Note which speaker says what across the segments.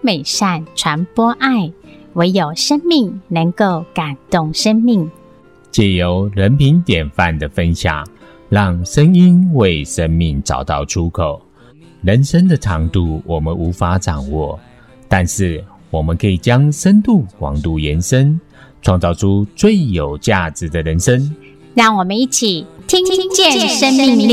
Speaker 1: 美善，传播爱，唯有生命能够感动生命。
Speaker 2: 借由人品典范的分享，让声音为生命找到出口。人生的长度我们无法掌握，但是我们可以将深度广度延伸，创造出最有价值的人生。
Speaker 1: 让我们一起听见生命力。
Speaker 3: 努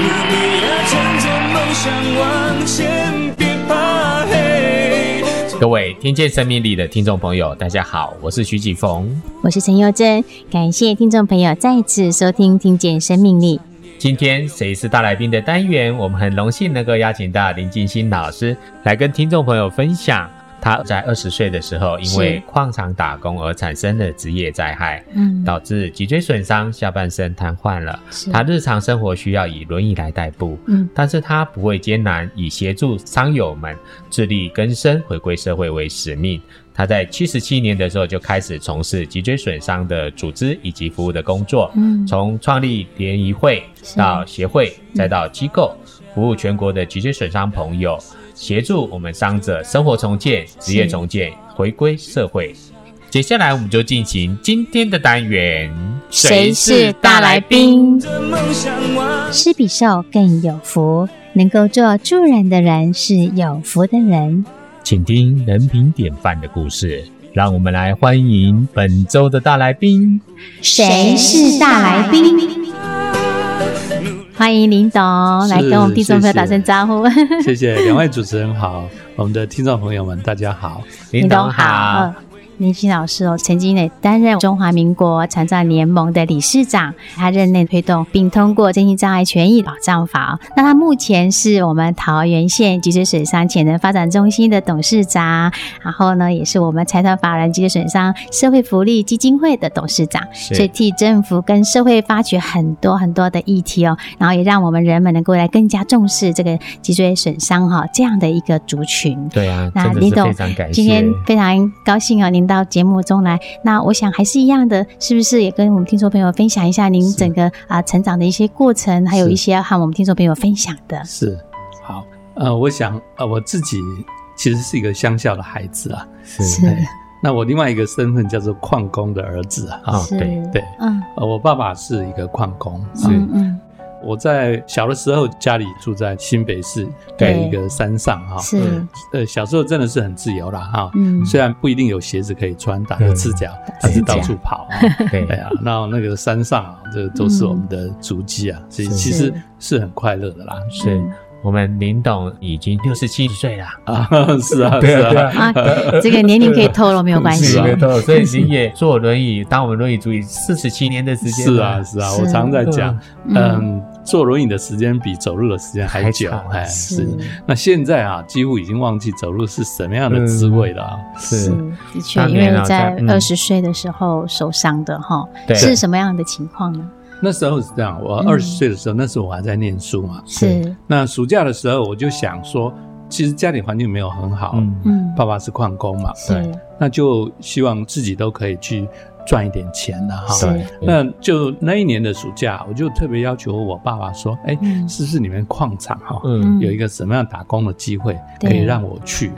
Speaker 3: 力啊，乘着梦想往前，别怕黑。
Speaker 2: 各位听见生命力的听众朋友，大家好，我是徐启逢。
Speaker 1: 我是陈佑珍，感谢听众朋友再次收听《听见生命力》。
Speaker 2: 今天谁是大来宾的单元，我们很荣幸能够邀请到林静心老师来跟听众朋友分享。他在二十岁的时候，因为
Speaker 1: 是
Speaker 2: 矿场打工而产生了职业灾害，
Speaker 1: 嗯，
Speaker 2: 导致脊椎损伤，下半身瘫痪了。
Speaker 1: 是
Speaker 2: 他日常生活需要以轮椅来代步，
Speaker 1: 嗯
Speaker 2: 但是他不畏艰难，以协助商友们自力更生、回归社会为使命。他在七十七年的时候就开始从事脊椎损伤的组织以及服务的工作，
Speaker 1: 嗯
Speaker 2: 从创立联谊会
Speaker 1: 是嗯
Speaker 2: 到协会，再到机构，服务全国的脊椎损伤朋友，协助我们伤者生活重建、职业重建，回归社会。接下来我们就进行今天的单元，
Speaker 1: 谁是大来宾？
Speaker 3: 这梦想往
Speaker 1: 施比受更有福，能够做助人的人是有福的人。
Speaker 2: 请听人品典范的故事。让我们来欢迎本周的大来宾。
Speaker 1: 谁是大来宾？欢迎林董来跟我们听众朋友打声招呼。
Speaker 4: 谢谢两位主持人好，我们的听众朋友们大家好。
Speaker 2: 林董好
Speaker 1: 呃，林欣老师哦，曾经也担任中华民国残障联盟的理事长，他任内推动并通过《身心障碍权益保障法》哦。那他目前是我们桃园县脊椎损伤潜能发展中心的董事长，然后呢，也是我们财团法人脊椎损伤社会福利基金会的董事长，
Speaker 2: 是
Speaker 1: 所以替政府跟社会发掘很多很多的议题哦，然后也让我们人们能够来更加重视这个脊椎损伤哈、这样的一个族群。
Speaker 2: 对啊，
Speaker 1: 那
Speaker 2: 真的
Speaker 1: 林
Speaker 2: 是
Speaker 1: 董
Speaker 2: 非常感谢。
Speaker 1: 今天非常高兴哦，您到节目中来。那我想还是一样的，是不是也跟我们听众朋友分享一下您
Speaker 4: 是
Speaker 1: 整个啊、成长的一些过程，还有
Speaker 4: 是
Speaker 1: 一些要和我们听众朋友分享的？
Speaker 4: 是，好，呃，我想，呃，我自己其实是一个乡下的孩子啊。
Speaker 2: 是
Speaker 1: 是
Speaker 4: 哎那我另外一个身份叫做矿工的儿子啊。
Speaker 2: 哦，
Speaker 1: 是，
Speaker 2: 对，
Speaker 4: 对，
Speaker 1: 嗯，
Speaker 4: 呃，我爸爸是一个矿工。
Speaker 2: 是
Speaker 1: 嗯嗯，
Speaker 4: 我在小的时候家里住在新北市的
Speaker 1: 对
Speaker 4: 一个山上哈、
Speaker 1: 是，
Speaker 4: 呃，小时候真的是很自由啦哈、
Speaker 1: 嗯，
Speaker 4: 虽然不一定有鞋子可以穿，打着赤脚，但是到处跑、 啊。
Speaker 2: 对
Speaker 4: 哎呀，那那个山上啊，这都是我们的足迹啊，所以
Speaker 2: 是
Speaker 4: 其实是很快乐的啦。
Speaker 2: 是我们林董已经六十七岁了，
Speaker 4: 啊，是啊，是
Speaker 2: 对啊对
Speaker 4: 啊，
Speaker 2: 啊
Speaker 1: 啊，这个年龄可以透露没有关系
Speaker 2: 是
Speaker 4: 啊
Speaker 2: 没错。所以您也坐轮椅，当我们轮椅足以四十七年的时间
Speaker 4: 是啊，
Speaker 2: 了，
Speaker 4: 是啊，
Speaker 1: 是
Speaker 4: 我常在讲，
Speaker 1: 嗯
Speaker 4: 嗯，坐轮椅的时间比走路的时间还久
Speaker 2: 还长，
Speaker 4: 哎，
Speaker 1: 是
Speaker 4: 是。那现在啊，几乎已经忘记走路是什么样的滋味了啊。
Speaker 1: 是的确，
Speaker 2: 当
Speaker 1: 因
Speaker 2: 年
Speaker 1: 为
Speaker 2: 啊
Speaker 1: 在
Speaker 2: 在嗯
Speaker 1: 二十岁的时候受伤的哈，
Speaker 2: 对
Speaker 1: 是什么样的情况呢？
Speaker 4: 那时候是这样，我
Speaker 1: 嗯
Speaker 4: 二十岁的时候，那时候我还在念书嘛。
Speaker 1: 是，
Speaker 4: 那暑假的时候，我就想说，其实家里环境没有很好，
Speaker 2: 嗯，
Speaker 1: 嗯，
Speaker 4: 爸爸是矿工嘛，
Speaker 1: 是
Speaker 2: 对
Speaker 4: 那就希望自己都可以去赚一点钱了哈。
Speaker 1: 是
Speaker 2: 对，
Speaker 4: 那就那一年的暑假，我就特别要求我爸爸说：“哎、
Speaker 1: 嗯
Speaker 4: 是不是你们矿场哈、
Speaker 2: 嗯
Speaker 4: 有一个什么样打工的机会可
Speaker 1: 对嗯
Speaker 4: 以让我去？”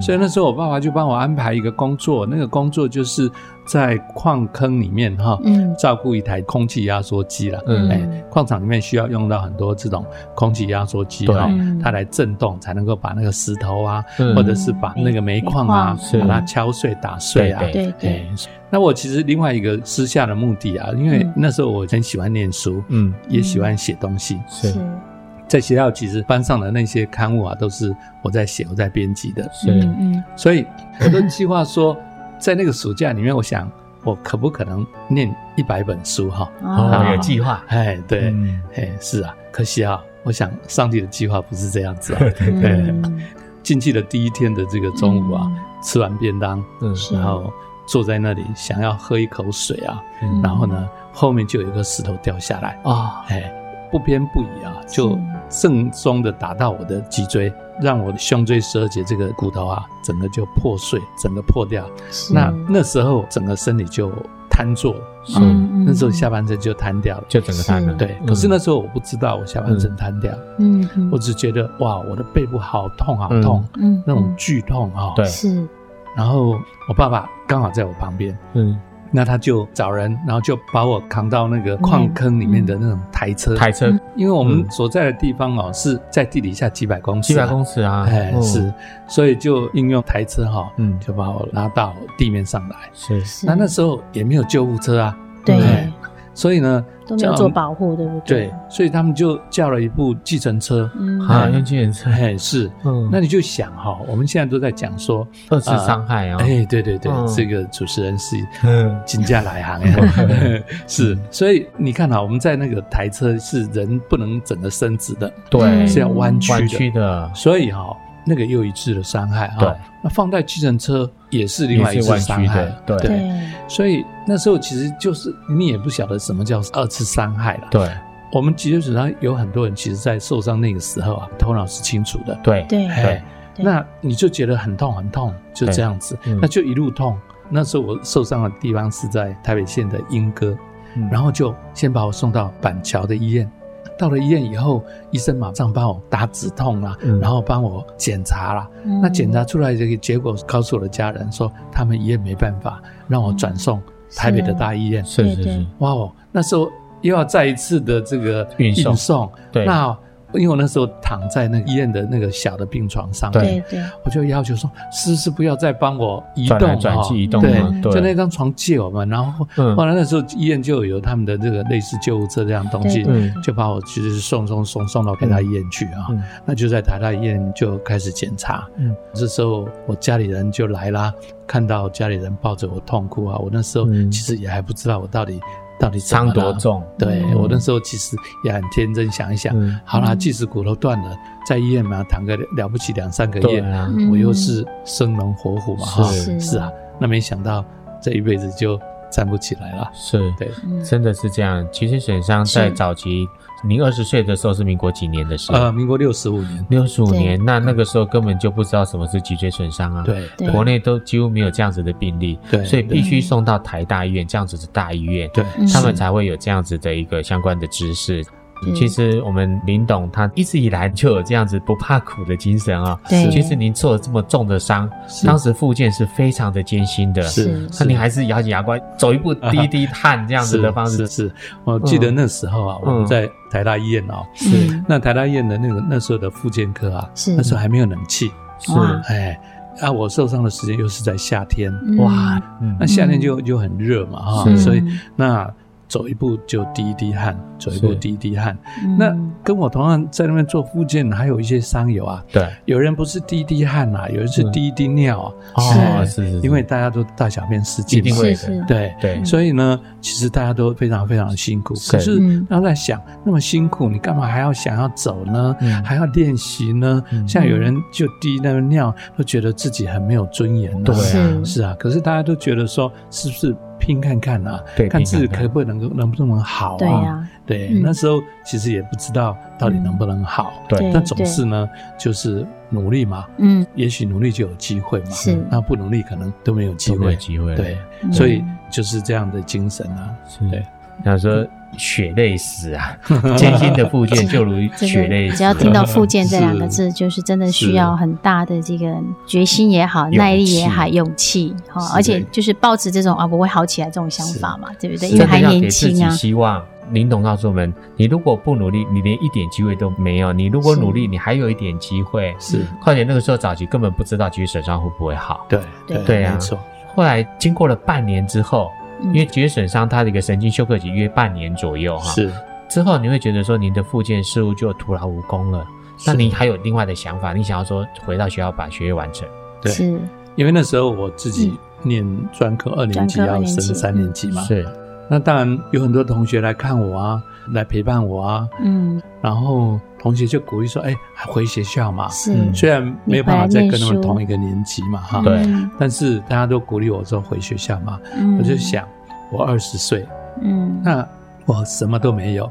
Speaker 4: 所以那时候我爸爸就帮我安排一个工作，那个工作就是在矿坑里面哈、
Speaker 1: 嗯
Speaker 4: 照顾一台空气压缩机了。
Speaker 2: 嗯
Speaker 4: 哎矿场里面需要用到很多这种空气压缩机
Speaker 2: 对
Speaker 4: 哈
Speaker 1: 嗯，
Speaker 4: 它来震动才能够把那个石头啊，
Speaker 2: 嗯
Speaker 4: 或者是把那个煤矿
Speaker 1: 煤矿
Speaker 4: 啊，
Speaker 2: 是
Speaker 4: 把它敲碎打碎啊。
Speaker 1: 对对，
Speaker 4: 那我其实另外一个私下的目的啊，因为
Speaker 1: 嗯
Speaker 4: 那时候我很喜欢念书，
Speaker 2: 嗯
Speaker 4: 也喜欢写东西。
Speaker 2: 是
Speaker 4: 在学校其实班上的那些刊物啊，都是我在写、我在编辑的，
Speaker 2: 是
Speaker 1: 嗯嗯
Speaker 4: 所以我都计划说，在那个暑假里面，我想我可不可能念一百本书哈、
Speaker 2: 哦
Speaker 1: 啊，
Speaker 2: 有计划，
Speaker 4: 哎，对，
Speaker 2: 嗯
Speaker 4: 哎，是啊，可惜啊，我想上帝的计划不是这样 子啊。
Speaker 1: 嗯
Speaker 4: 进去的第一天的这个中午啊，吃完便当，
Speaker 2: 嗯
Speaker 1: 是
Speaker 4: 然后坐在那里想要喝一口水啊，
Speaker 2: 嗯
Speaker 4: 然后呢，后面就有一个石头掉下来，
Speaker 2: 啊，
Speaker 4: 哎，不偏不倚啊，就正中的打到我的脊椎，让我的胸椎十二节这个骨头啊，整个就破碎，整个破掉。
Speaker 1: 是
Speaker 4: 那那时候整个身体就瘫坐了，啊
Speaker 2: 是
Speaker 1: 嗯
Speaker 4: 那时候下半身就瘫掉了。
Speaker 2: 就整个瘫了。
Speaker 1: 是
Speaker 4: 对，
Speaker 2: 嗯
Speaker 4: 可是那时候我不知道我下半身瘫掉，
Speaker 1: 嗯嗯
Speaker 4: 我只觉得哇，我的背部好痛好痛，
Speaker 1: 嗯
Speaker 4: 那种剧痛哈、哦。
Speaker 2: 嗯对
Speaker 1: 是
Speaker 4: 然后我爸爸刚好在我旁边，
Speaker 2: 嗯，
Speaker 4: 那他就找人，然后就把我扛到那个矿坑里面的那种台车，
Speaker 2: 台车
Speaker 1: 嗯
Speaker 4: 因为我们
Speaker 2: 嗯
Speaker 4: 所在的地方哦是在地底下几百公尺
Speaker 2: 七
Speaker 4: 啊，
Speaker 2: 百公尺啊，
Speaker 4: 哎、
Speaker 2: 嗯
Speaker 4: 是，，所以就应用台车哈、
Speaker 2: 嗯，
Speaker 4: 就把我拉到地面上来。
Speaker 2: 是
Speaker 1: 是，
Speaker 4: 那那时候也没有救护车啊，
Speaker 1: 对
Speaker 4: 哎所以呢
Speaker 1: 都没有
Speaker 4: 叫
Speaker 1: 做保护，对不对？
Speaker 4: 对，所以他们就叫了一部计程车。
Speaker 1: 嗯
Speaker 2: 啊，用计程车，
Speaker 4: 哎，是，
Speaker 2: 嗯，
Speaker 4: 那你就想哈、我们现在都在讲说，
Speaker 2: 二次伤害啊，
Speaker 4: 哎，对对对，
Speaker 2: 嗯
Speaker 4: 这个主持人是
Speaker 2: 嗯，
Speaker 4: 金价来行 呀，是，所以你看啊，我们在那个台车是人不能整个伸直的，
Speaker 2: 对，
Speaker 4: 是要弯曲
Speaker 2: 嗯弯
Speaker 4: 的，
Speaker 2: 曲的，
Speaker 4: 所以哈、那个又一次的伤害哈、
Speaker 2: 对
Speaker 4: 那放在计程车也是另外一
Speaker 2: 也是
Speaker 4: 次
Speaker 2: 弯
Speaker 4: 伤
Speaker 2: 曲
Speaker 4: 害
Speaker 2: 的，，对
Speaker 1: 对，
Speaker 4: 所以那时候其实就是你也不晓得什么叫二次伤害了。
Speaker 2: 对
Speaker 4: 我们脊椎损伤有很多人其实在受伤那个时候啊，头脑是清楚的，
Speaker 2: 对
Speaker 1: 对
Speaker 4: 哎，
Speaker 1: 对
Speaker 4: 那你就觉得很痛很痛，就这样子
Speaker 2: 对嗯，
Speaker 4: 那就一路痛。那时候我受伤的地方是在台北县的莺歌，
Speaker 2: 嗯
Speaker 4: 然后就先把我送到板桥的医院。到了医院以后，医生马上帮我打止痛啦、
Speaker 2: 嗯
Speaker 4: 然后帮我检查啦。
Speaker 1: 嗯
Speaker 4: 那检查出来这个结果，告诉我的家人说，他们医院没办法让我转送台北的大医院。
Speaker 2: 是是
Speaker 1: 对对
Speaker 2: 是，
Speaker 4: 哇哦，那时候又要再一次的这个
Speaker 2: 运送对
Speaker 4: 那因为我那时候躺在那个医院的那个小的病床上
Speaker 1: 对
Speaker 4: 面，
Speaker 1: 对
Speaker 4: 我就要求说，是不是不要再帮我移动
Speaker 2: 转来转
Speaker 4: 哦
Speaker 2: 去移动
Speaker 4: 对
Speaker 2: 嘛，
Speaker 1: 嗯
Speaker 4: 就那
Speaker 2: 对，
Speaker 4: 张床借我们，然后
Speaker 2: 嗯
Speaker 4: 后来那时候医院就有他们的这个类似救护车这样东西
Speaker 1: 对，
Speaker 2: 嗯
Speaker 4: 就把我其实是送送送送到台大医院去啊、
Speaker 2: 嗯
Speaker 4: 那就在台大医院就开始检查，
Speaker 2: 嗯
Speaker 4: 这时候我家里人就来啦，看到家里人抱着我痛哭啊，我那时候
Speaker 2: 嗯
Speaker 4: 其实也还不知道我到底到底怎么
Speaker 2: 伤
Speaker 4: 了
Speaker 2: 多，重，
Speaker 4: 对、
Speaker 1: 嗯
Speaker 4: 我那时候其实也很天真，想一想，
Speaker 2: 嗯，
Speaker 4: 好啦，
Speaker 1: 嗯
Speaker 4: 即使骨头断了，在医院嘛躺个了不起两三个
Speaker 2: 对
Speaker 4: 月，
Speaker 2: 啊，
Speaker 1: 嗯
Speaker 4: 我又是生龙活虎嘛，哈，
Speaker 2: 是
Speaker 4: 是啊，那没想到这一辈子就站不起来了，
Speaker 2: 是，
Speaker 4: 对，
Speaker 1: 嗯
Speaker 2: 真的是这样。其实损伤在
Speaker 1: 是
Speaker 2: 早期，您二十岁的时候是民国几年的事？
Speaker 4: 呃，民国六十五年，
Speaker 2: 六十五
Speaker 1: 对
Speaker 2: 年。那那个时候根本就不知道什么是脊椎损伤啊。。
Speaker 4: 对
Speaker 1: 对
Speaker 2: 国内都几乎没有这样子的病例，
Speaker 4: 对
Speaker 2: 所以必须
Speaker 1: 对
Speaker 2: 送到台大医院这样子的大医院，
Speaker 4: 对，
Speaker 1: 嗯
Speaker 2: 他们
Speaker 1: 是
Speaker 2: 才会有这样子的一个相关的知识。
Speaker 1: 对
Speaker 2: 其实我们林董他一直以来就有这样子不怕苦的精神啊。
Speaker 1: 对
Speaker 2: 其实您受了这么重的伤，嗯
Speaker 4: 是
Speaker 2: 当时复健是非常的艰辛的。
Speaker 1: 是
Speaker 4: 是，
Speaker 2: 那你还是啊咬紧牙关走一步滴一滴汗这
Speaker 4: 这
Speaker 2: 样子的方式
Speaker 4: 是是，我记得那时候啊，
Speaker 2: 嗯
Speaker 4: 我们在台大医院哦，
Speaker 1: 是
Speaker 4: 那台大医院的那个那时候的复健科啊，
Speaker 1: 是
Speaker 4: 那时候还没有冷气，
Speaker 2: 是
Speaker 1: 哇
Speaker 4: 哎，啊，我受伤的时间又是在夏天，
Speaker 2: 哇，嗯
Speaker 4: 那夏天就就很热嘛哈，
Speaker 1: 嗯
Speaker 2: 是
Speaker 4: 所以那走一步就滴一滴汗，走一步
Speaker 2: 是
Speaker 4: 滴一滴汗。
Speaker 1: 嗯
Speaker 4: 那跟我同样在那边做复健，还有一些伤友啊，
Speaker 2: 对
Speaker 4: 有人不是滴一滴汗啊，有人是
Speaker 2: 嗯
Speaker 4: 滴一滴尿啊，
Speaker 2: 哦，是是，是
Speaker 4: 因为大家都大小便失禁
Speaker 2: 一定
Speaker 4: 嘛，
Speaker 2: 会嗯
Speaker 1: 是
Speaker 2: 的
Speaker 1: 是
Speaker 4: 对。
Speaker 2: 对
Speaker 4: 所以呢，其实大家都非常非常辛苦。
Speaker 2: 是
Speaker 4: 可是
Speaker 1: 嗯
Speaker 4: 然后在想，那么辛苦，你干嘛还要想要走呢？
Speaker 2: 嗯
Speaker 4: 还要练习呢？
Speaker 2: 嗯
Speaker 4: 像有人就滴那个尿，都觉得自己很没有尊严、啊。
Speaker 2: 对啊
Speaker 1: 是
Speaker 4: 是啊。可是大家都觉得说，是不是拼看看啊？
Speaker 2: 对
Speaker 4: 看自己
Speaker 2: 拼看看
Speaker 4: 可不能够能不能好啊？
Speaker 1: 对呀，
Speaker 4: 对
Speaker 1: 嗯
Speaker 4: 那时候其实也不知道到底能不能好。
Speaker 2: 对
Speaker 4: 那总是呢，就是努力嘛，
Speaker 1: 嗯
Speaker 4: 也许努力就有机会嘛。嗯
Speaker 1: 是
Speaker 4: 那不努力可能都没有机
Speaker 2: 都没有
Speaker 4: 会。
Speaker 2: 机会，
Speaker 4: 对，
Speaker 1: 嗯
Speaker 4: 所以就是这样的精神啊。
Speaker 2: 是
Speaker 4: 对，
Speaker 2: 他说血泪史 啊，艰辛的复健就如
Speaker 1: 这
Speaker 2: 血泪
Speaker 1: 个
Speaker 2: 史，
Speaker 1: 只要听到“复健”这两个
Speaker 4: 是
Speaker 1: 字，就是真的需
Speaker 4: 是
Speaker 1: 要很大的这个决心也好、
Speaker 2: 勇
Speaker 1: 耐力也好、
Speaker 2: 气
Speaker 1: 勇气哈，
Speaker 4: 是
Speaker 1: 而且
Speaker 4: 的
Speaker 1: 就是抱持这种啊我会好起来这种想法嘛，对不对？因为
Speaker 2: 真的
Speaker 1: 还
Speaker 2: 要给
Speaker 1: 年
Speaker 2: 自
Speaker 1: 轻
Speaker 2: 己
Speaker 1: 啊，
Speaker 2: 希望。林董告诉我们，你如果不努力，你连一点机会都没有；你如果
Speaker 1: 是
Speaker 2: 努力，你还有一点机会。
Speaker 4: 是，
Speaker 2: 况且那个时候早期根本不知道脊髓损伤会不会好。
Speaker 4: 嗯对
Speaker 1: 对
Speaker 2: 对啊
Speaker 4: 没错。
Speaker 2: 后来经过了半年之后，
Speaker 1: 嗯
Speaker 2: 因为脊髓损伤它的一个神经休克期约半年左右哈，
Speaker 4: 是
Speaker 2: 之后你会觉得说您的复健似乎就徒劳无功了。那
Speaker 4: 是
Speaker 2: 你还有另外的想法，你想要说回到学校把学业完成，
Speaker 4: 对
Speaker 1: 是
Speaker 4: 因为那时候我自己念专科二年级
Speaker 1: 嗯专科二
Speaker 4: 要
Speaker 1: 年级
Speaker 4: 升三年级嘛，
Speaker 2: 是
Speaker 4: 那当然有很多同学来看我啊，来陪伴我啊，
Speaker 1: 嗯
Speaker 4: 然后同学就鼓励说：“哎，还回学校嘛。”
Speaker 1: 是
Speaker 2: 嗯
Speaker 4: 虽然没有办法再跟他
Speaker 1: 你回来念
Speaker 4: 们
Speaker 1: 书
Speaker 4: 同一个年级嘛，哈，
Speaker 2: 对
Speaker 4: 但是大家都鼓励我说回学校嘛。
Speaker 1: 嗯
Speaker 4: 我就想，我二十岁，
Speaker 1: 嗯
Speaker 4: 那我什么都没有，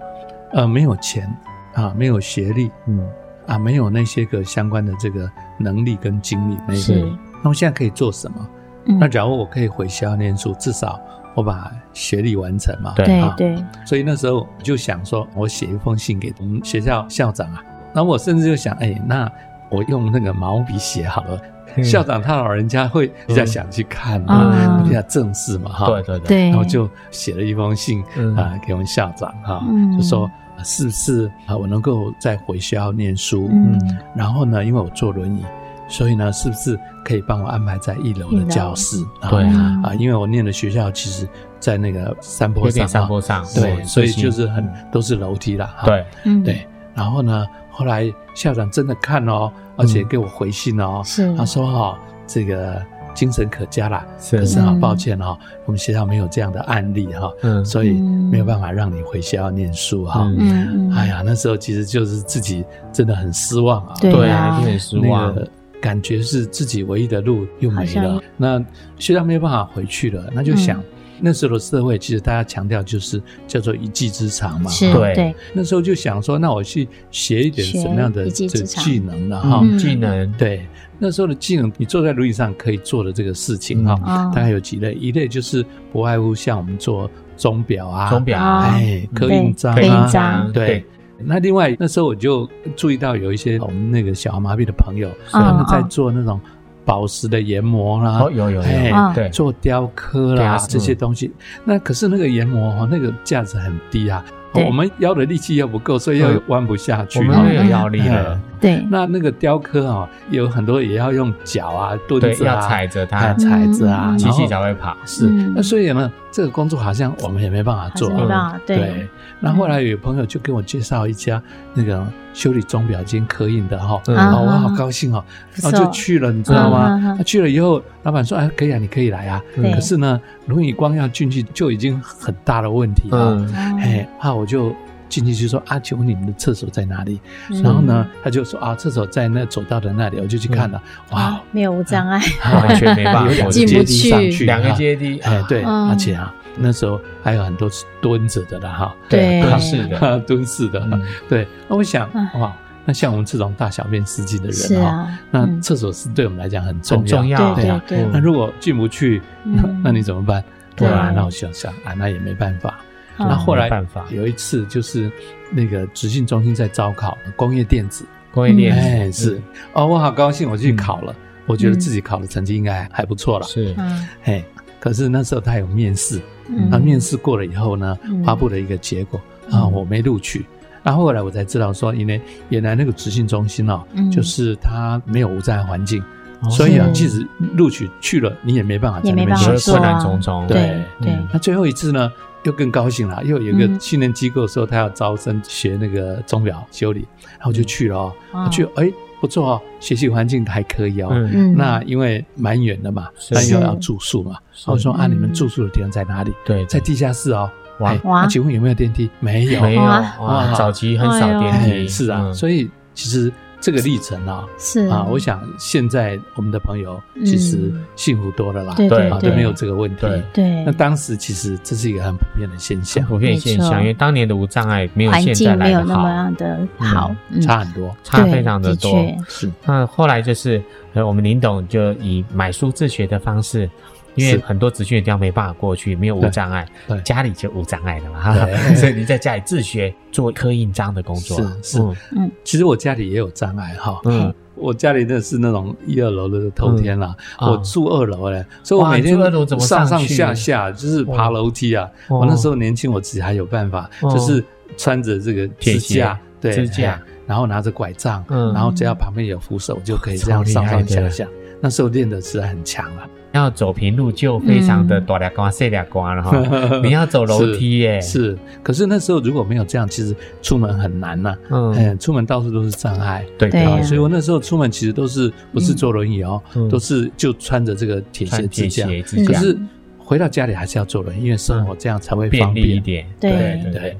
Speaker 4: 呃，没有钱啊，没有学历
Speaker 2: 嗯
Speaker 4: 啊，没有那些个相关的这个能力跟经历，没有
Speaker 1: 是。
Speaker 4: 那我现在可以做什么？
Speaker 1: 嗯
Speaker 4: 那假如我可以回学校念书，至少我把学历完成嘛。
Speaker 2: 对
Speaker 1: 对
Speaker 4: 啊
Speaker 1: 对，
Speaker 4: 所以那时候我就想说，我写一封信给我们学校校长啊。然后我甚至就想，哎，那我用那个毛笔写好了，
Speaker 2: 嗯
Speaker 4: 校长他老人家会比较想去看嘛，
Speaker 1: 嗯
Speaker 4: 比较正式嘛，哈。
Speaker 2: 对对对，
Speaker 1: 对，
Speaker 4: 然后就写了一封信
Speaker 2: 嗯
Speaker 4: 啊给我们校长哈
Speaker 1: 嗯，
Speaker 4: 就说啊是不是啊我能够再回学校念书？
Speaker 1: 嗯
Speaker 4: 然后呢，因为我坐轮椅，所以呢，是不是可以帮我安排在一楼
Speaker 1: 一
Speaker 4: 的
Speaker 1: 楼
Speaker 4: 教室？啊
Speaker 2: 对啊
Speaker 4: 啊，因为我念的学校其实在那个山坡
Speaker 2: 有
Speaker 4: 上
Speaker 2: 点
Speaker 4: 啊，
Speaker 2: 山坡上，
Speaker 4: 对，
Speaker 2: 我
Speaker 4: 所以就是很
Speaker 2: 嗯
Speaker 4: 都是楼梯啦。哈，
Speaker 2: 对，
Speaker 1: 嗯
Speaker 4: 对。然后呢，后来校长真的看哦，
Speaker 2: 嗯
Speaker 4: 而且给我回信哦，
Speaker 1: 是
Speaker 4: 他说哈、这个精神可嘉啦，
Speaker 2: 是
Speaker 4: 可是啊
Speaker 1: 嗯，
Speaker 4: 抱歉哈、我们学校没有这样的案例哈、
Speaker 2: 嗯
Speaker 4: 所以没有办法让你回学校念书哈、
Speaker 2: 嗯
Speaker 1: 嗯嗯
Speaker 4: 哎呀，那时候其实就是自己真的很失望啊，
Speaker 1: 对
Speaker 2: 对
Speaker 1: 啊
Speaker 2: 啊，有点失
Speaker 4: 那
Speaker 2: 望，
Speaker 4: 个感觉是自己唯一的路又
Speaker 1: 好
Speaker 4: 没
Speaker 1: 像嗯
Speaker 4: 了，那学校没有办法回去了，那就想。那时候的社会，其实大家强调就是叫做一技之长嘛。
Speaker 1: 是
Speaker 4: 哈
Speaker 2: 对
Speaker 1: 对
Speaker 4: 那嗯时候就想说，那我去学一点什么样的
Speaker 1: 学一技之
Speaker 4: 这
Speaker 1: 长
Speaker 4: 技能呢？哈、
Speaker 1: 嗯
Speaker 2: 嗯，技能，
Speaker 4: 对，那时候的技能，你坐在轮椅上可以做的这个事情哈、
Speaker 2: 嗯
Speaker 1: 哦
Speaker 4: 大概有几类，一类就是不外乎像我们做钟表啊，
Speaker 2: 钟表
Speaker 1: 啊
Speaker 4: 哎，刻
Speaker 1: 对
Speaker 4: 印章
Speaker 1: 刻印
Speaker 4: 啊，
Speaker 1: 章
Speaker 4: 对，。那另外那时候我就注意到有一些我们那个小儿麻痹的朋友，他们
Speaker 1: 嗯
Speaker 4: 在做那种宝石的研磨啦、
Speaker 2: 哦，有有
Speaker 4: 哎
Speaker 2: 有，对，
Speaker 4: 做雕刻
Speaker 2: 对
Speaker 4: 啦、
Speaker 2: 啊
Speaker 4: 这些东西。那可是那个研磨哦，那个价值很低啊，
Speaker 1: 对
Speaker 4: 我们腰的力气又不够，所以又
Speaker 2: 嗯
Speaker 4: 弯不下去
Speaker 2: 我
Speaker 4: 啊
Speaker 2: 们会有压力的，
Speaker 1: 对
Speaker 4: 那那个雕刻啊、有很多也要用脚啊、蹲
Speaker 2: 对，
Speaker 4: 着
Speaker 2: 要
Speaker 4: 啊、
Speaker 2: 踩着
Speaker 4: 啊
Speaker 2: 它，
Speaker 4: 踩着啊
Speaker 1: 嗯，
Speaker 2: 机
Speaker 4: 然后
Speaker 2: 器才会跑，
Speaker 4: 是
Speaker 1: 嗯。
Speaker 4: 那所以呢，这个工作好像我们也没办法
Speaker 1: 还是
Speaker 4: 做
Speaker 1: 没办
Speaker 4: 啊。
Speaker 2: 嗯
Speaker 1: 法对嗯
Speaker 4: 对，那后来有朋友就给我介绍一家那个修理钟表间刻印的哈、
Speaker 2: 嗯
Speaker 4: 哦，我好高兴哦，
Speaker 1: 啊不
Speaker 4: 然后
Speaker 1: 错
Speaker 4: 就去了，你知道
Speaker 1: 嗯嗯
Speaker 4: 吗
Speaker 1: 嗯？
Speaker 4: 那去了以后，老板说：“哎，可以啊，你可以来啊。”
Speaker 1: 对
Speaker 4: 可是呢，轮椅光要进去就已经很大的问题了。
Speaker 2: 嗯，
Speaker 4: 哎，啊，我就进去就说：“啊，请问你们的厕所在哪里？”
Speaker 1: 嗯
Speaker 4: 然后呢，他就说：“啊，厕所在那走道的那里。”我就去看了，哇嗯啊
Speaker 1: 啊，，没有无障碍，
Speaker 2: 嗯完全没办
Speaker 4: 有两
Speaker 2: 法
Speaker 4: 个
Speaker 1: 进
Speaker 2: 进
Speaker 1: 不
Speaker 2: 不
Speaker 4: 阶梯上去，
Speaker 2: 两个
Speaker 4: 啊
Speaker 2: 阶梯，
Speaker 4: 哎，对，
Speaker 1: 嗯
Speaker 4: 而且啊，那时候还有很多是蹲着的啦，
Speaker 1: 对
Speaker 2: 蹲式的，
Speaker 4: 哈， 蹲式的，
Speaker 2: 嗯
Speaker 4: 对。那我想
Speaker 1: 嗯，
Speaker 4: 哇，那像我们这种大小便失禁的
Speaker 1: 是
Speaker 4: 人哈，
Speaker 1: 啊，
Speaker 4: 那
Speaker 1: 嗯
Speaker 4: 厕所是对我们来讲很重
Speaker 2: 很重
Speaker 4: 要。
Speaker 2: 要，嗯
Speaker 1: 对
Speaker 4: 啊
Speaker 1: 对
Speaker 4: 那
Speaker 1: 对，
Speaker 4: 如果进不去，
Speaker 1: 嗯
Speaker 4: 那 那你怎么办？
Speaker 1: 对
Speaker 4: 啊，那我想想啊，那也没办法。
Speaker 1: 嗯
Speaker 4: 那后来
Speaker 2: 没办法
Speaker 4: 有一次就是那个直信中心在招考工业电子，
Speaker 2: 工业链
Speaker 4: 哎是哦，我好高兴，我去考了，我觉得自己考的成绩应该还不错了。
Speaker 2: 嗯是
Speaker 1: 嗯
Speaker 4: 哎，可是那时候他有面试，
Speaker 1: 嗯
Speaker 4: 啊那面试过了以后呢
Speaker 1: 嗯，
Speaker 4: 发布了一个结果啊，我没录取。然后后来我才知道说，因为原来那个执行中心哦
Speaker 1: 嗯，
Speaker 4: 就是它没有无障碍环境，
Speaker 2: 哦
Speaker 4: 所以啊，
Speaker 1: 是
Speaker 4: 即使录取去了，你也没办法在
Speaker 1: 也
Speaker 4: 那
Speaker 1: 没
Speaker 4: 边
Speaker 1: 办
Speaker 2: 你
Speaker 1: 法
Speaker 2: 会
Speaker 4: 休息
Speaker 1: 做
Speaker 2: 困
Speaker 1: 啊
Speaker 2: 难重重，
Speaker 1: 对
Speaker 4: 对
Speaker 1: 对
Speaker 2: 嗯
Speaker 4: 那最后一次呢，又更高兴了，又有一
Speaker 1: 嗯
Speaker 4: 个训练机构说他要招生学那个钟表修理，然后我就去了哦，
Speaker 1: 哦
Speaker 4: 去哎不错哦，学习环境还可以哦。
Speaker 2: 嗯，
Speaker 1: 嗯
Speaker 4: 那因为蛮远的嘛，
Speaker 2: 是
Speaker 4: 那又要住宿嘛，
Speaker 2: 是
Speaker 4: 然后说啊，
Speaker 1: 嗯
Speaker 4: 你们住宿的地方在哪里？
Speaker 2: 对，
Speaker 4: 在地下室哦。
Speaker 2: 哇
Speaker 4: 哎
Speaker 1: 哇
Speaker 4: 那请问有没有电梯？没有，
Speaker 2: 没有
Speaker 1: 哇
Speaker 2: 哇，早期很
Speaker 1: 哎呦
Speaker 2: 少电
Speaker 4: 哎
Speaker 2: 梯，
Speaker 4: 是啊，
Speaker 2: 嗯
Speaker 4: 所以其实这个历程啊，
Speaker 1: 是
Speaker 4: 啊，我想现在我们的朋友其实幸福多了啦，
Speaker 1: 对
Speaker 2: 对
Speaker 4: 啊，
Speaker 2: 对
Speaker 4: 都没有这个问题。
Speaker 2: 对
Speaker 1: 对
Speaker 4: 那当时其实这是一个很普遍的现象，
Speaker 2: 普遍现象，
Speaker 1: 没错
Speaker 2: 因为当年的无障碍没有
Speaker 1: 环
Speaker 2: 现在
Speaker 1: 境没
Speaker 2: 来
Speaker 1: 有
Speaker 2: 的
Speaker 1: 那么
Speaker 2: 好，
Speaker 1: 样的好，嗯，
Speaker 4: 差很多。
Speaker 2: 差
Speaker 1: 对
Speaker 2: 非常的多。
Speaker 1: 确
Speaker 4: 是，
Speaker 2: 那后来就是，呃，我们林董就以买书自学的方式，因为
Speaker 4: 是
Speaker 2: 很多资讯的地方没办法过去，没有无
Speaker 4: 对
Speaker 2: 障碍
Speaker 4: 对，
Speaker 2: 家里就无障碍了嘛，哈哈
Speaker 4: 对
Speaker 2: 所以你在家里自学做刻印章的工作啊，
Speaker 4: 是是
Speaker 2: 嗯
Speaker 4: 其实我家里也有障碍哈。
Speaker 2: 嗯，
Speaker 4: 我家里那是那种一二楼的头天啦，
Speaker 2: 嗯
Speaker 4: 我住二楼嘞，所以我
Speaker 2: 哇
Speaker 4: 每天
Speaker 2: 住二楼怎么
Speaker 4: 上
Speaker 2: 上
Speaker 4: 上
Speaker 2: 去
Speaker 4: 下下就是爬楼梯啊。
Speaker 2: 哦
Speaker 4: 我那时候年轻，我自己还有办法，
Speaker 2: 哦
Speaker 4: 就是穿着这个支架，对
Speaker 2: 支架
Speaker 4: 哎然后拿着拐杖，
Speaker 2: 嗯
Speaker 4: 然后只要旁边有扶手，就可以这
Speaker 2: 超
Speaker 4: 样
Speaker 2: 厉
Speaker 4: 上
Speaker 2: 害
Speaker 4: 上
Speaker 2: 的
Speaker 4: 下下。那时候练的是很强啊，
Speaker 2: 要走平路就非常的大俩瓜、细俩瓜了 哈。你要哎走楼梯耶，
Speaker 4: 嗯是，可是那时候如果没有这样，其实出门很难呐、
Speaker 2: 嗯，哎
Speaker 4: 嗯，出门到处都是障碍。
Speaker 2: 对
Speaker 1: 对
Speaker 4: 啊
Speaker 1: 啊，
Speaker 4: 所以我那时候出门其实都是不是坐轮椅哦，
Speaker 2: 嗯
Speaker 4: 都是就穿着这个铁鞋
Speaker 2: 穿
Speaker 4: 支
Speaker 2: 铁
Speaker 4: 架。
Speaker 2: 鞋支
Speaker 1: 嗯
Speaker 4: 可
Speaker 2: 架
Speaker 4: 是回到家里还是要坐轮椅，因为生活这样才会方
Speaker 2: 便利一
Speaker 4: 便。
Speaker 2: 点，
Speaker 1: 对
Speaker 2: 对
Speaker 4: 对
Speaker 2: 对，，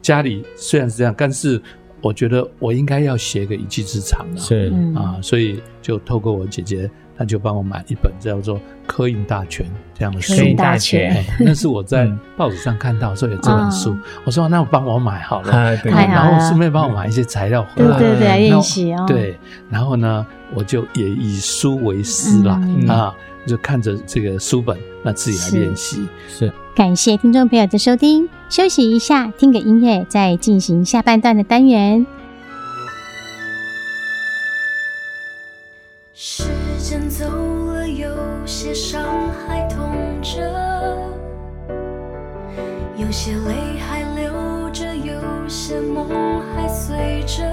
Speaker 4: 家里虽然是这样，但是我觉得我应该要学个一技之长啊。
Speaker 2: 是
Speaker 1: 嗯
Speaker 4: 啊，所以就透过我姐姐。他就帮我买一本叫做《科印大全》这样的书
Speaker 1: 科。印大全
Speaker 4: 哎，那是我在
Speaker 2: 嗯
Speaker 4: 报纸上看到说有这本书，我说那帮我买好了，
Speaker 2: 啊， 对
Speaker 1: 太好了
Speaker 4: 然后顺便帮我买一些材料回
Speaker 1: 对
Speaker 4: 来。
Speaker 1: 对对，
Speaker 2: 嗯
Speaker 1: 练习哦，，
Speaker 4: 哎对，然后呢，我就也以书为师啦，
Speaker 1: 嗯
Speaker 4: 啊，就看着这个书本，那自己来
Speaker 1: 是
Speaker 4: 练习。
Speaker 2: 是
Speaker 1: 感谢听众朋友的收听，休息一下，听个音乐，再进行下半段的单元。
Speaker 5: 时间走了，有些伤还痛着，有些泪还流着，有些梦还碎着。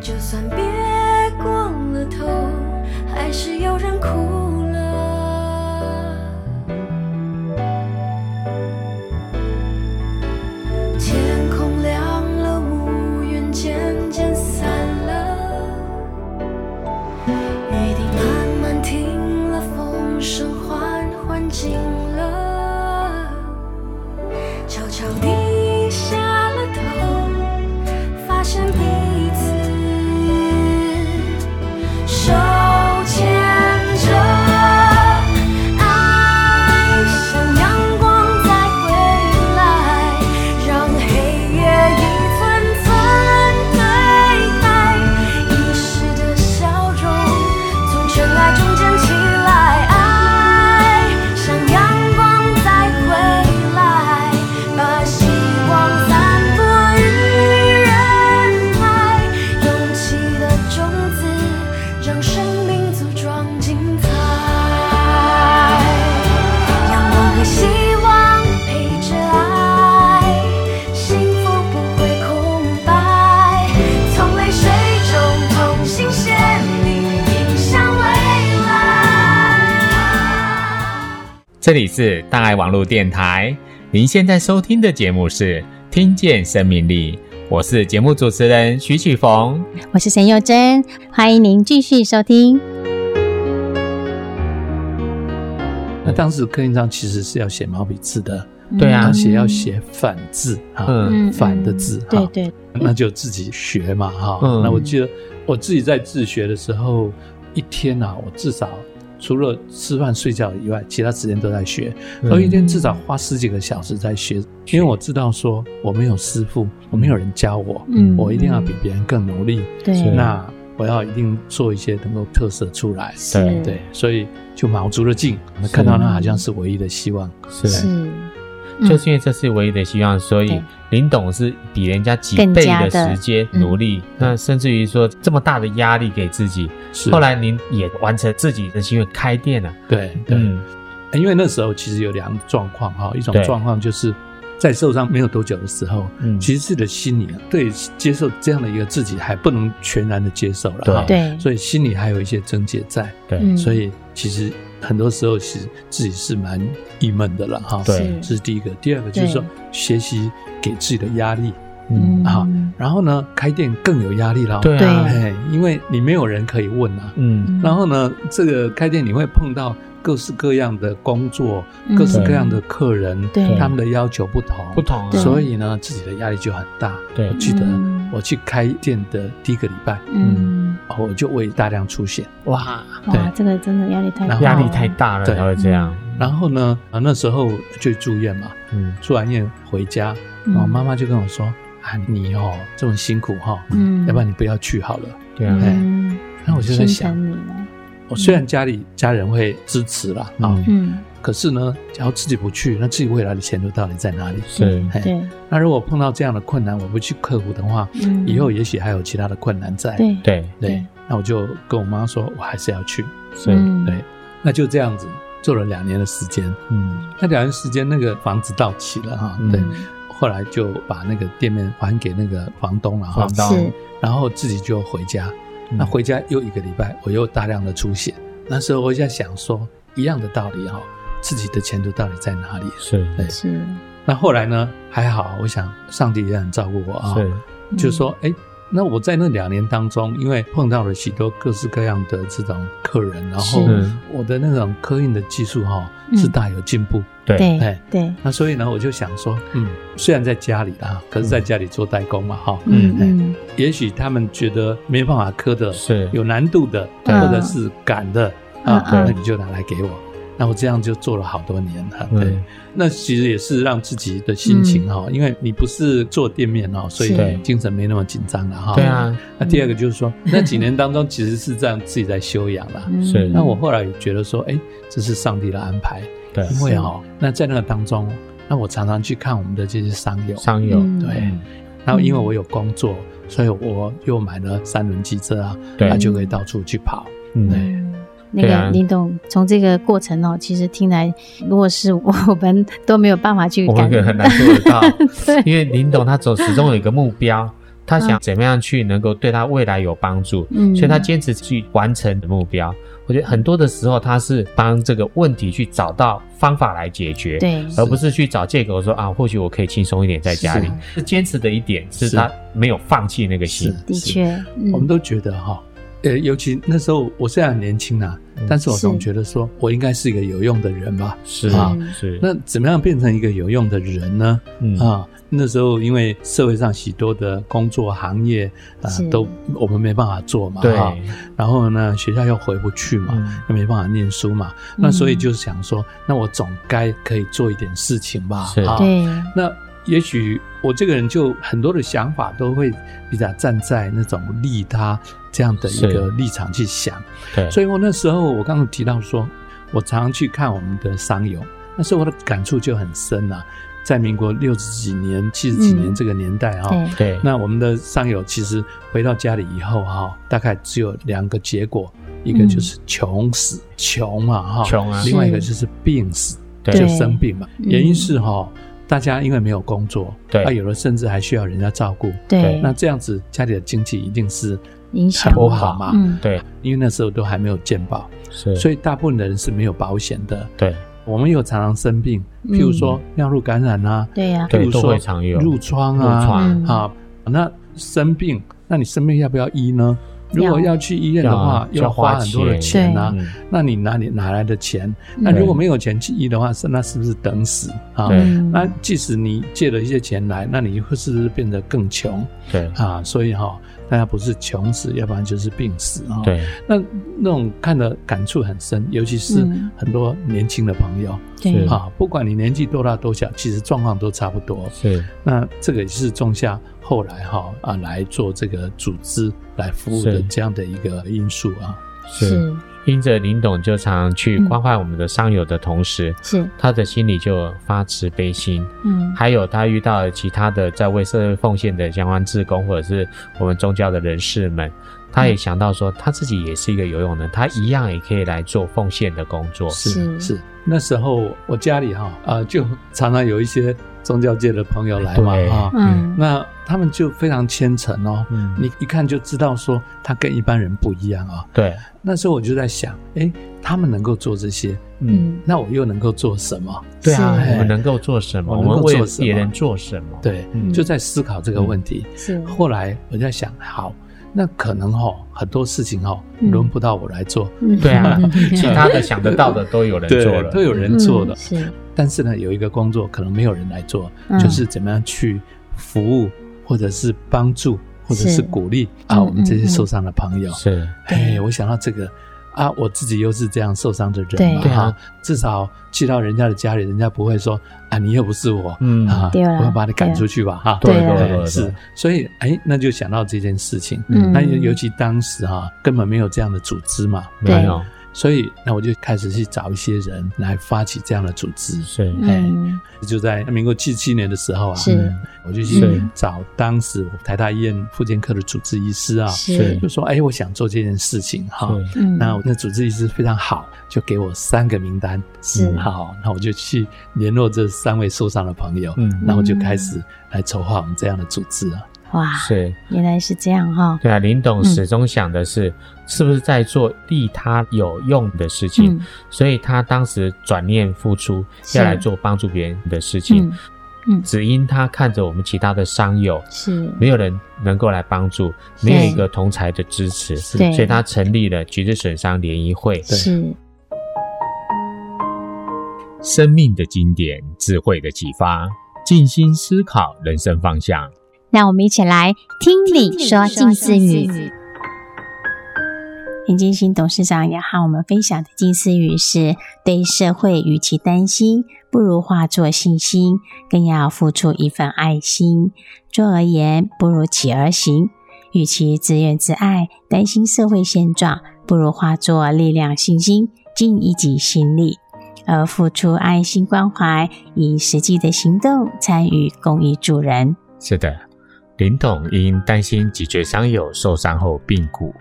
Speaker 5: 就算别过了头，还是有人哭了。天空亮了，乌云渐渐散了，雨滴慢慢停了，风声缓缓静了，悄悄低下了头，发现彼此手牵着。爱像阳光再回来，让黑夜一寸寸对待，遗失的笑容从尘埃中捡起来。爱像阳光再回来，把希望散播于人海，勇气的种子让生命茁壮精彩。阳光和希望陪着爱，幸福不会空白。从泪水中同心协力，迎向未来。
Speaker 2: 这里是大爱网络电台，您现在收听的节目是《听见生命力》，我是节目主持人徐启逢。
Speaker 1: 我是陈幼贞，欢迎您继续收听。
Speaker 4: 那当时柯印章其实是要写毛笔字的，
Speaker 2: 对啊
Speaker 4: 而
Speaker 1: 嗯
Speaker 4: 且要写反字啊，
Speaker 2: 嗯
Speaker 4: 反的字哈、
Speaker 1: 对对，
Speaker 4: 那就自己学嘛哈、
Speaker 2: 嗯
Speaker 4: 那我记得我自己在自学的时候，一天啊，我至少除了吃饭睡觉以外，其他时间都在学，
Speaker 2: 嗯
Speaker 4: 我一天至少花十几个小时在学，因为我知道说我没有师傅，
Speaker 2: 嗯
Speaker 4: 我没有人教我，
Speaker 1: 嗯
Speaker 4: 我一定要比别人更努力，
Speaker 1: 对，
Speaker 2: 啊
Speaker 4: 那我要一定做一些能够特色出来。
Speaker 1: 是
Speaker 4: 对，所以就卯足了劲，看到那好像是唯一的希望。
Speaker 1: 是，嗯
Speaker 2: 啊就是因为这是唯一的希望，所以
Speaker 1: 对
Speaker 2: 林董是比人家几
Speaker 1: 更
Speaker 2: 倍
Speaker 1: 加
Speaker 2: 的
Speaker 1: 的
Speaker 2: 时间
Speaker 1: 嗯
Speaker 2: 努力，那甚至于说这么大的压力给自己，
Speaker 4: 是
Speaker 2: 后来您也完成自己的心愿，开店了。
Speaker 4: 对对，
Speaker 2: 嗯
Speaker 4: 因为那时候其实有两种状况哈，一种
Speaker 2: 对
Speaker 4: 状况就是在受伤没有多久的时候，
Speaker 2: 嗯
Speaker 4: 其实自己的心里啊对接受这样的一个自己还不能全然的接受了哈，
Speaker 2: 对
Speaker 1: 对，
Speaker 4: 所以心里还有一些症结在，
Speaker 2: 对，
Speaker 1: 嗯
Speaker 4: 所以其实很多时候其实自己是蛮郁闷的了哈。
Speaker 2: 对
Speaker 1: 是
Speaker 4: 这是第一个，第二个就是说
Speaker 1: 对
Speaker 4: 学习给自己的压力，
Speaker 2: 嗯，
Speaker 4: 好然后呢开店更有压力了，
Speaker 2: 对啊，
Speaker 1: 对
Speaker 4: 哎，因为你没有人可以问啊，
Speaker 2: 嗯，
Speaker 4: 然后呢，这个开店你会碰到各式各样的工作
Speaker 1: 嗯，
Speaker 4: 各式各样的客人，
Speaker 1: 对
Speaker 4: 他们的要求不同，
Speaker 2: 不同啊，
Speaker 1: 对
Speaker 4: 所以呢，自己的压力就很大。
Speaker 2: 对
Speaker 4: 我记得
Speaker 1: 嗯
Speaker 4: 我去开店的第一个礼拜，哦
Speaker 1: 嗯，
Speaker 4: 我就胃大量出血，
Speaker 2: 哇，
Speaker 1: 哇，这个真的压力太大
Speaker 4: 然
Speaker 1: 了，
Speaker 4: 后
Speaker 2: 压力太大了
Speaker 4: 对
Speaker 2: 才会这样。
Speaker 4: 然后呢，啊那时候就住院嘛，
Speaker 2: 嗯，
Speaker 4: 住完院回家，
Speaker 1: 嗯
Speaker 4: 我妈妈就跟我说啊，你哦这么辛苦哈、
Speaker 1: 嗯，
Speaker 4: 要不然你不要去好了。
Speaker 2: 对啊，
Speaker 1: 嗯，
Speaker 4: 那我就在想，
Speaker 1: 心疼嗯你了，
Speaker 4: 我虽然家里家人会支持啦，啊、
Speaker 2: 嗯
Speaker 1: 嗯，
Speaker 4: 可是呢，假如自己不去，那自己未来的前途到底在哪里？
Speaker 2: 是，
Speaker 4: 嘿
Speaker 1: 对，
Speaker 4: 那如果碰到这样的困难，我不去克服的话，
Speaker 1: 嗯
Speaker 4: 以后也许还有其他的困难在。
Speaker 1: 对
Speaker 2: 对，
Speaker 4: 对
Speaker 1: 对，
Speaker 4: 那我就跟我妈说，我还是要去。
Speaker 2: 是，
Speaker 1: 嗯
Speaker 4: 对，那就这样子做了两年的时间。
Speaker 2: 嗯，
Speaker 4: 那两年时间，那个房子到期了哈，
Speaker 2: 嗯
Speaker 4: 对，后来就把那个店面还给那个房东了哈
Speaker 2: 房，东
Speaker 1: 是，
Speaker 4: 然后自己就回家。
Speaker 2: 嗯
Speaker 4: 那回家又一个礼拜，我又大量的出血。那时候我在想说，一样的道理哈，自己的前途到底在哪里？
Speaker 2: 是
Speaker 4: 对
Speaker 1: 是，
Speaker 4: 那后来呢？还好，我想上帝也很照顾我啊，
Speaker 2: 是，
Speaker 1: 嗯
Speaker 4: 就说哎，那我在那两年当中，因为碰到了许多各式各样的这种客人，然后
Speaker 1: 是
Speaker 4: 我的那种刻印的技术哈、
Speaker 1: 嗯
Speaker 4: 是大有进步。
Speaker 2: 对，
Speaker 1: 对
Speaker 4: 哎
Speaker 1: 对，
Speaker 4: 那所以呢，我就想说，嗯，虽然在家里啦，可是在家里做代工嘛，哈、
Speaker 1: 嗯
Speaker 4: 哎
Speaker 1: 嗯
Speaker 4: 也许他们觉得没办法刻的，
Speaker 2: 是
Speaker 4: 有难度的，
Speaker 1: 对
Speaker 4: 或者是赶的
Speaker 1: 嗯
Speaker 4: 啊，
Speaker 1: 嗯
Speaker 4: 那你就拿来给我。那我这样就做了好多年了，对
Speaker 2: 嗯。
Speaker 4: 那其实也是让自己的心情哈，因为你不是做店面哦，
Speaker 1: 嗯
Speaker 4: 所
Speaker 1: 是
Speaker 4: 以精神没那么紧张了哈。
Speaker 2: 对。啊，
Speaker 4: 那第二个就是说，那几年当中其实是让自己在修养啦。
Speaker 1: 嗯，
Speaker 2: 是
Speaker 4: 那我后来也觉得说，哎，这是上帝的安排，
Speaker 2: 对，
Speaker 4: 因为哦，那在那个当中，那我常常去看我们的这些商友，
Speaker 2: 商友，
Speaker 1: 嗯
Speaker 4: 对
Speaker 2: 嗯，
Speaker 4: 然后因为我有工作，所以我又买了三轮机车啊，
Speaker 2: 对
Speaker 4: 那就可以到处去跑。
Speaker 2: 嗯，
Speaker 1: 嗯那
Speaker 2: 对啊
Speaker 1: 个林董，从这个过程哦，其实听来，如果是我我们都没有办法去
Speaker 2: 我
Speaker 1: 感
Speaker 2: 们可能很难做得到，因为林董他总始终有一个目标，他想怎么样去能够对他未来有帮助，
Speaker 1: 嗯
Speaker 2: 所以他坚持去完成的目标。我觉得很多的时候，他是帮这个问题去找到方法来解决，
Speaker 1: 对
Speaker 2: 而不是去找借口说啊，或许我可以轻松一点在家里。是坚持的一点是
Speaker 4: 是
Speaker 2: 他没有放弃那个心，
Speaker 1: 的确，
Speaker 4: 我们
Speaker 1: 嗯
Speaker 4: 都觉得哈，呃，尤其那时候我虽然很年轻啊，
Speaker 2: 嗯
Speaker 4: 但是我总
Speaker 1: 是
Speaker 4: 觉得说我应该是一个有用的人吧。
Speaker 2: 是
Speaker 4: 啊
Speaker 2: 是
Speaker 4: 那怎么样变成一个有用的人呢？
Speaker 2: 嗯
Speaker 4: 啊，那时候因为社会上许多的工作行业啊
Speaker 1: 是，
Speaker 4: 都我们没办法做嘛，
Speaker 2: 对
Speaker 4: 哈然后呢，学校又回不去嘛，
Speaker 2: 嗯
Speaker 4: 又没办法念书嘛，那所以就想说，那我总该可以做一点事情吧，
Speaker 2: 是
Speaker 4: 啊，
Speaker 1: 对，
Speaker 4: 那也许我这个人就很多的想法都会比较站在那种利他这样的一个
Speaker 2: 是
Speaker 4: 立场去想，
Speaker 2: 对，
Speaker 4: 所
Speaker 2: 以
Speaker 4: 以我那时候我刚刚提到说，我常常去看我们的商友，那时候我的感触就很深啊。在民国六十几年、七十几年
Speaker 1: 嗯
Speaker 4: 这个年代哈、
Speaker 1: 对，
Speaker 2: 对
Speaker 4: 那我们的商友其实回到家里以后哈、大概只有两个结果，一个就是穷死，穷嘛哈，
Speaker 2: 穷啊
Speaker 4: 另外一个就是病死，
Speaker 2: 对
Speaker 4: 就生病嘛。
Speaker 1: 嗯
Speaker 4: 原因是哈、大家因为没有工作，
Speaker 2: 对
Speaker 4: 啊，有的甚至还需要人家照顾，
Speaker 1: 对，
Speaker 4: 那这样子家里的经济一定是
Speaker 1: 影响
Speaker 4: 很不
Speaker 2: 嘛
Speaker 4: 好嘛，
Speaker 1: 嗯
Speaker 2: 对
Speaker 4: 因为那时候都还没有健保，
Speaker 2: 是，
Speaker 4: 所
Speaker 2: 以
Speaker 4: 以大部分的人是没有保险的。
Speaker 2: 对
Speaker 4: 我们有常常生病，
Speaker 1: 嗯
Speaker 4: 譬如说尿路感染啊，
Speaker 1: 对呀，
Speaker 4: 譬
Speaker 2: 对
Speaker 4: 如
Speaker 2: 都
Speaker 4: 说
Speaker 2: 会常有
Speaker 4: 褥疮
Speaker 2: 褥
Speaker 4: 啊，
Speaker 2: 疮
Speaker 1: 嗯
Speaker 4: 啊，那生病，那你生病要不要医呢？如果
Speaker 1: 要
Speaker 4: 要去医院的
Speaker 2: 要
Speaker 4: 话
Speaker 2: 啊，
Speaker 4: 要
Speaker 2: 要花
Speaker 4: 花很多的
Speaker 2: 钱
Speaker 4: 钱啊
Speaker 2: 嗯，
Speaker 4: 那你哪里哪来的钱？
Speaker 1: 嗯
Speaker 4: 那如果没有钱去医的话，是那是不是等死啊？
Speaker 2: 对
Speaker 1: 嗯
Speaker 4: 那即使你借了一些钱来，那你会是不是变得更穷
Speaker 2: 对
Speaker 1: 嗯
Speaker 4: 啊？所以哈、大家不是穷死，要不然就是病死啊。
Speaker 2: 对
Speaker 4: 那那种看的感触很深，尤其是
Speaker 1: 嗯
Speaker 4: 很多年轻的朋友、
Speaker 1: 对
Speaker 2: 是
Speaker 4: 啊，不管你年纪多大多小，其实状况都差不多。
Speaker 2: 是
Speaker 4: 那这个也是种下后来哈啊来做这个组织来服务的
Speaker 2: 是
Speaker 4: 这样的一个因素啊。
Speaker 2: 是。因着林董就常去关怀我们的商友的同时，
Speaker 1: 嗯是，
Speaker 2: 他的心里就发慈悲心，
Speaker 1: 嗯
Speaker 2: 还有他遇到了其他的在为社会奉献的相关志工或者是我们宗教的人士们，他
Speaker 1: 嗯
Speaker 2: 也想到说他自己也是一个游泳人，他一样也可以来做奉献的工作。
Speaker 1: 是
Speaker 4: 是，那时候我家里哈啊就常常有一些宗教界的朋友来嘛
Speaker 2: 哎
Speaker 4: 啊
Speaker 2: 对
Speaker 4: 哈，
Speaker 1: 嗯
Speaker 4: 那他们就非常虔诚哦，
Speaker 2: 嗯
Speaker 4: 你一看就知道说他跟一般人不一样啊、
Speaker 2: 对，
Speaker 4: 那时候我就在想，哎，他们能够做这些，
Speaker 2: 嗯，
Speaker 1: 嗯
Speaker 4: 那我又能够做什么？
Speaker 2: 对啊，
Speaker 1: 是
Speaker 2: 我们能够做什么？
Speaker 4: 我
Speaker 2: 我
Speaker 4: 能够
Speaker 2: 们为
Speaker 4: 做什么
Speaker 2: 别人做什么？，
Speaker 4: 对，
Speaker 2: 嗯
Speaker 4: 就在思考这个问题。
Speaker 1: 是
Speaker 4: 后来我在想，好，那可能哦，很多事情哦，
Speaker 1: 嗯
Speaker 4: 轮不到我来做，
Speaker 1: 嗯
Speaker 2: 对啊
Speaker 1: 嗯
Speaker 2: 其他的想得到的都有人做哎了，
Speaker 4: 都有人
Speaker 1: 嗯
Speaker 4: 做的。
Speaker 1: 是
Speaker 4: 但是呢，有一个工作可能没有人来做，
Speaker 1: 嗯
Speaker 4: 就是怎么样去服务，或者是帮助，或者
Speaker 1: 是
Speaker 4: 是鼓励啊，
Speaker 1: 嗯
Speaker 4: 我们这些
Speaker 1: 嗯
Speaker 4: 受伤的朋友。
Speaker 2: 是，
Speaker 4: 哎，我想到这个啊，我自己又是这样受伤的人
Speaker 1: 对
Speaker 4: 嘛，
Speaker 2: 对啊
Speaker 4: 哈，至少去到人家的家里，人家不会说啊，你又不是我，
Speaker 2: 嗯
Speaker 4: 啊，
Speaker 1: 对啦
Speaker 4: 我要把你赶出去吧，哈，
Speaker 1: 对啊
Speaker 2: 对
Speaker 4: 哎
Speaker 2: 对，
Speaker 4: 是，所以哎，那就想到这件事情，
Speaker 1: 嗯
Speaker 4: 那尤尤其当时哈，根本没有这样的组织嘛，
Speaker 1: 对
Speaker 2: 没有
Speaker 4: 所以那我就开始去找一些人来发起这样的组织，
Speaker 2: 是，
Speaker 1: 嗯
Speaker 4: 就在民国七七年的时候啊，
Speaker 1: 是
Speaker 4: 我就
Speaker 1: 嗯
Speaker 4: 去找当时台大医院复健科的主治医师啊，
Speaker 1: 是
Speaker 4: 就说哎，我想做这件事情哈，
Speaker 2: 是
Speaker 1: 嗯
Speaker 4: 那我那主治医师非常好，就给我三个名单。
Speaker 1: 是
Speaker 4: 嗯好，那我就去联络这三位受伤的朋友，
Speaker 2: 嗯
Speaker 4: 那我就开始来筹划我们这样的组织啊。
Speaker 1: 哇，
Speaker 2: 是。
Speaker 1: 原来是这样哈，
Speaker 2: 对啊，林董
Speaker 1: 嗯
Speaker 2: 始终想的是，是不是在做利他有用的事情，
Speaker 1: 嗯
Speaker 2: 所以他当时转念付出，
Speaker 1: 是
Speaker 2: 要来做帮助别人的事情。
Speaker 1: 嗯嗯
Speaker 2: 只因他看着我们其他的商友，
Speaker 1: 是
Speaker 2: 没有人能够来帮助，没有一个同才的支持，所
Speaker 1: 对
Speaker 2: 以他成立了橘子损伤联谊会。
Speaker 1: 是，
Speaker 2: 生命的经典，智慧的启发，静心思考人生方向。
Speaker 1: 让我们一起来听你说近似语。田金星董事长也和我们分享的近似语是：对社会与其担心，不如化作信心，更要付出一份爱心。坐而言，不如起而行。与其自怨自艾，担心社会现状，不如化作力量、信心，尽一己心力。而付出爱心关怀，以实际的行动参与公益助人。
Speaker 2: 是的，林董因担心脊椎伤友受伤后病故，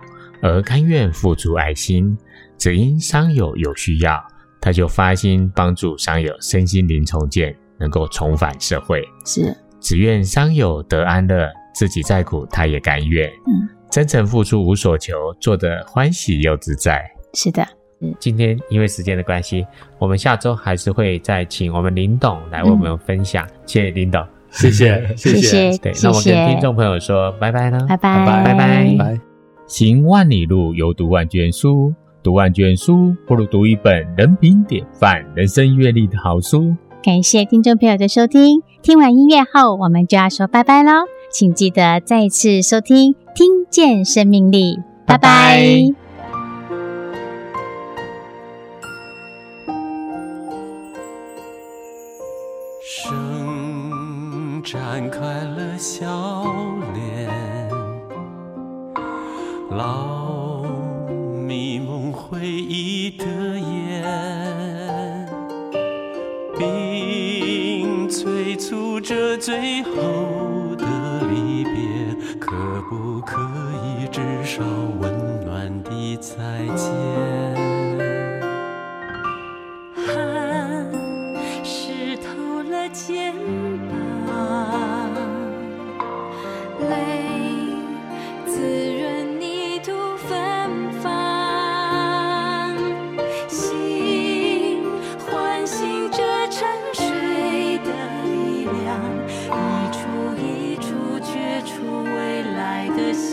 Speaker 2: 而甘愿付出爱心，只因伤友有需要，他就发心帮助伤友身心灵重建，能够重返社会。
Speaker 1: 是
Speaker 2: 只愿伤友得安乐，自己再苦他也甘愿。
Speaker 1: 嗯，
Speaker 2: 真诚付出无所求，做得欢喜又自在。
Speaker 1: 是的，
Speaker 2: 今天因为时间的关系，我们下周还是会再请我们林董来为我们分享。谢谢林董。
Speaker 4: 谢谢，谢
Speaker 1: 谢谢
Speaker 2: 对，那我
Speaker 1: 谢谢
Speaker 2: 跟听众朋友说拜拜呢，
Speaker 1: 拜拜
Speaker 2: 拜拜。
Speaker 4: 拜。
Speaker 2: 行万里路，犹读万卷书。读万卷书，不如读一本人品典范、人生阅历的好书。
Speaker 1: 感谢听众朋友的收听。听完音乐后，我们就要说拜拜喽，请记得再次收听《听见生命力》，拜
Speaker 2: 拜拜
Speaker 1: 拜
Speaker 3: 生展开了笑脸，老迷蒙回忆的眼，并催促着最后的离别，可不可以至少温暖地再见？
Speaker 5: 汗湿透了肩膀，泪滋润泥土芬芳，心唤醒着沉睡的力量，一处一处掘出未来的希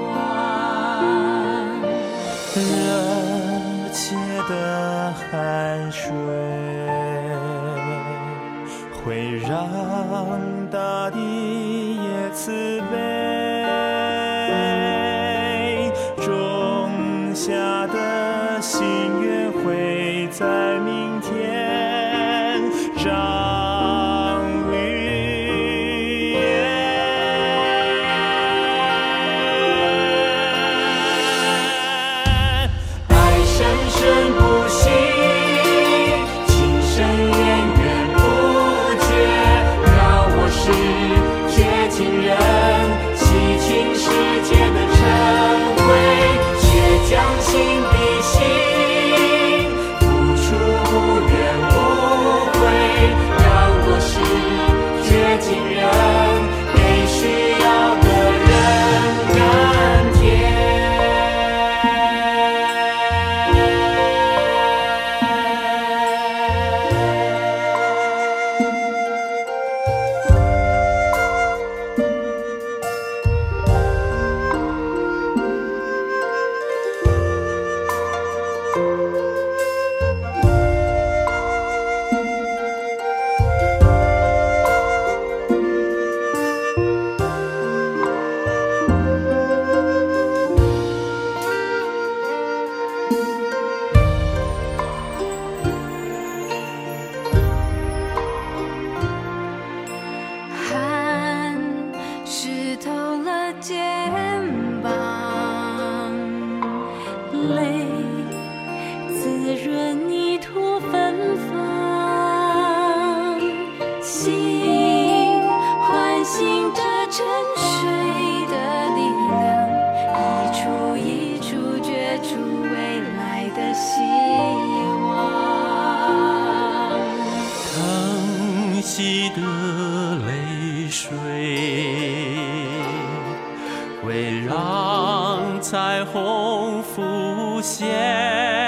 Speaker 5: 望。
Speaker 3: 热切的汗水会让大地也慈悲，种下的心愿会在明天长绿叶。爱生生不息，情深源源不绝，让我是接近人，洗清世界的尘灰，且将心比心，付出无怨无悔，让我是接近人，给需要的人甘甜。
Speaker 5: 汗湿透了肩膀，泪滋润泥土芬芳，心唤醒着沉睡的力量，一处一处掘出未来的希望。
Speaker 3: 淌息的泪水，会让彩虹浮现。